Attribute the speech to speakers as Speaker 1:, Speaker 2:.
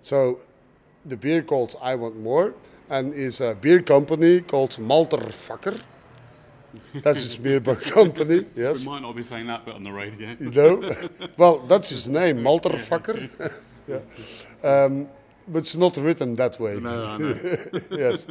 Speaker 1: So the beer called I Want More and is a beer company called Malterfucker. That's his beer company,
Speaker 2: We
Speaker 1: yes.
Speaker 2: might not be saying that bit on the radio.
Speaker 1: You know? well, that's his name, Malterfucker. yeah. um, but it's not written that way.
Speaker 2: No, I know.
Speaker 1: yes.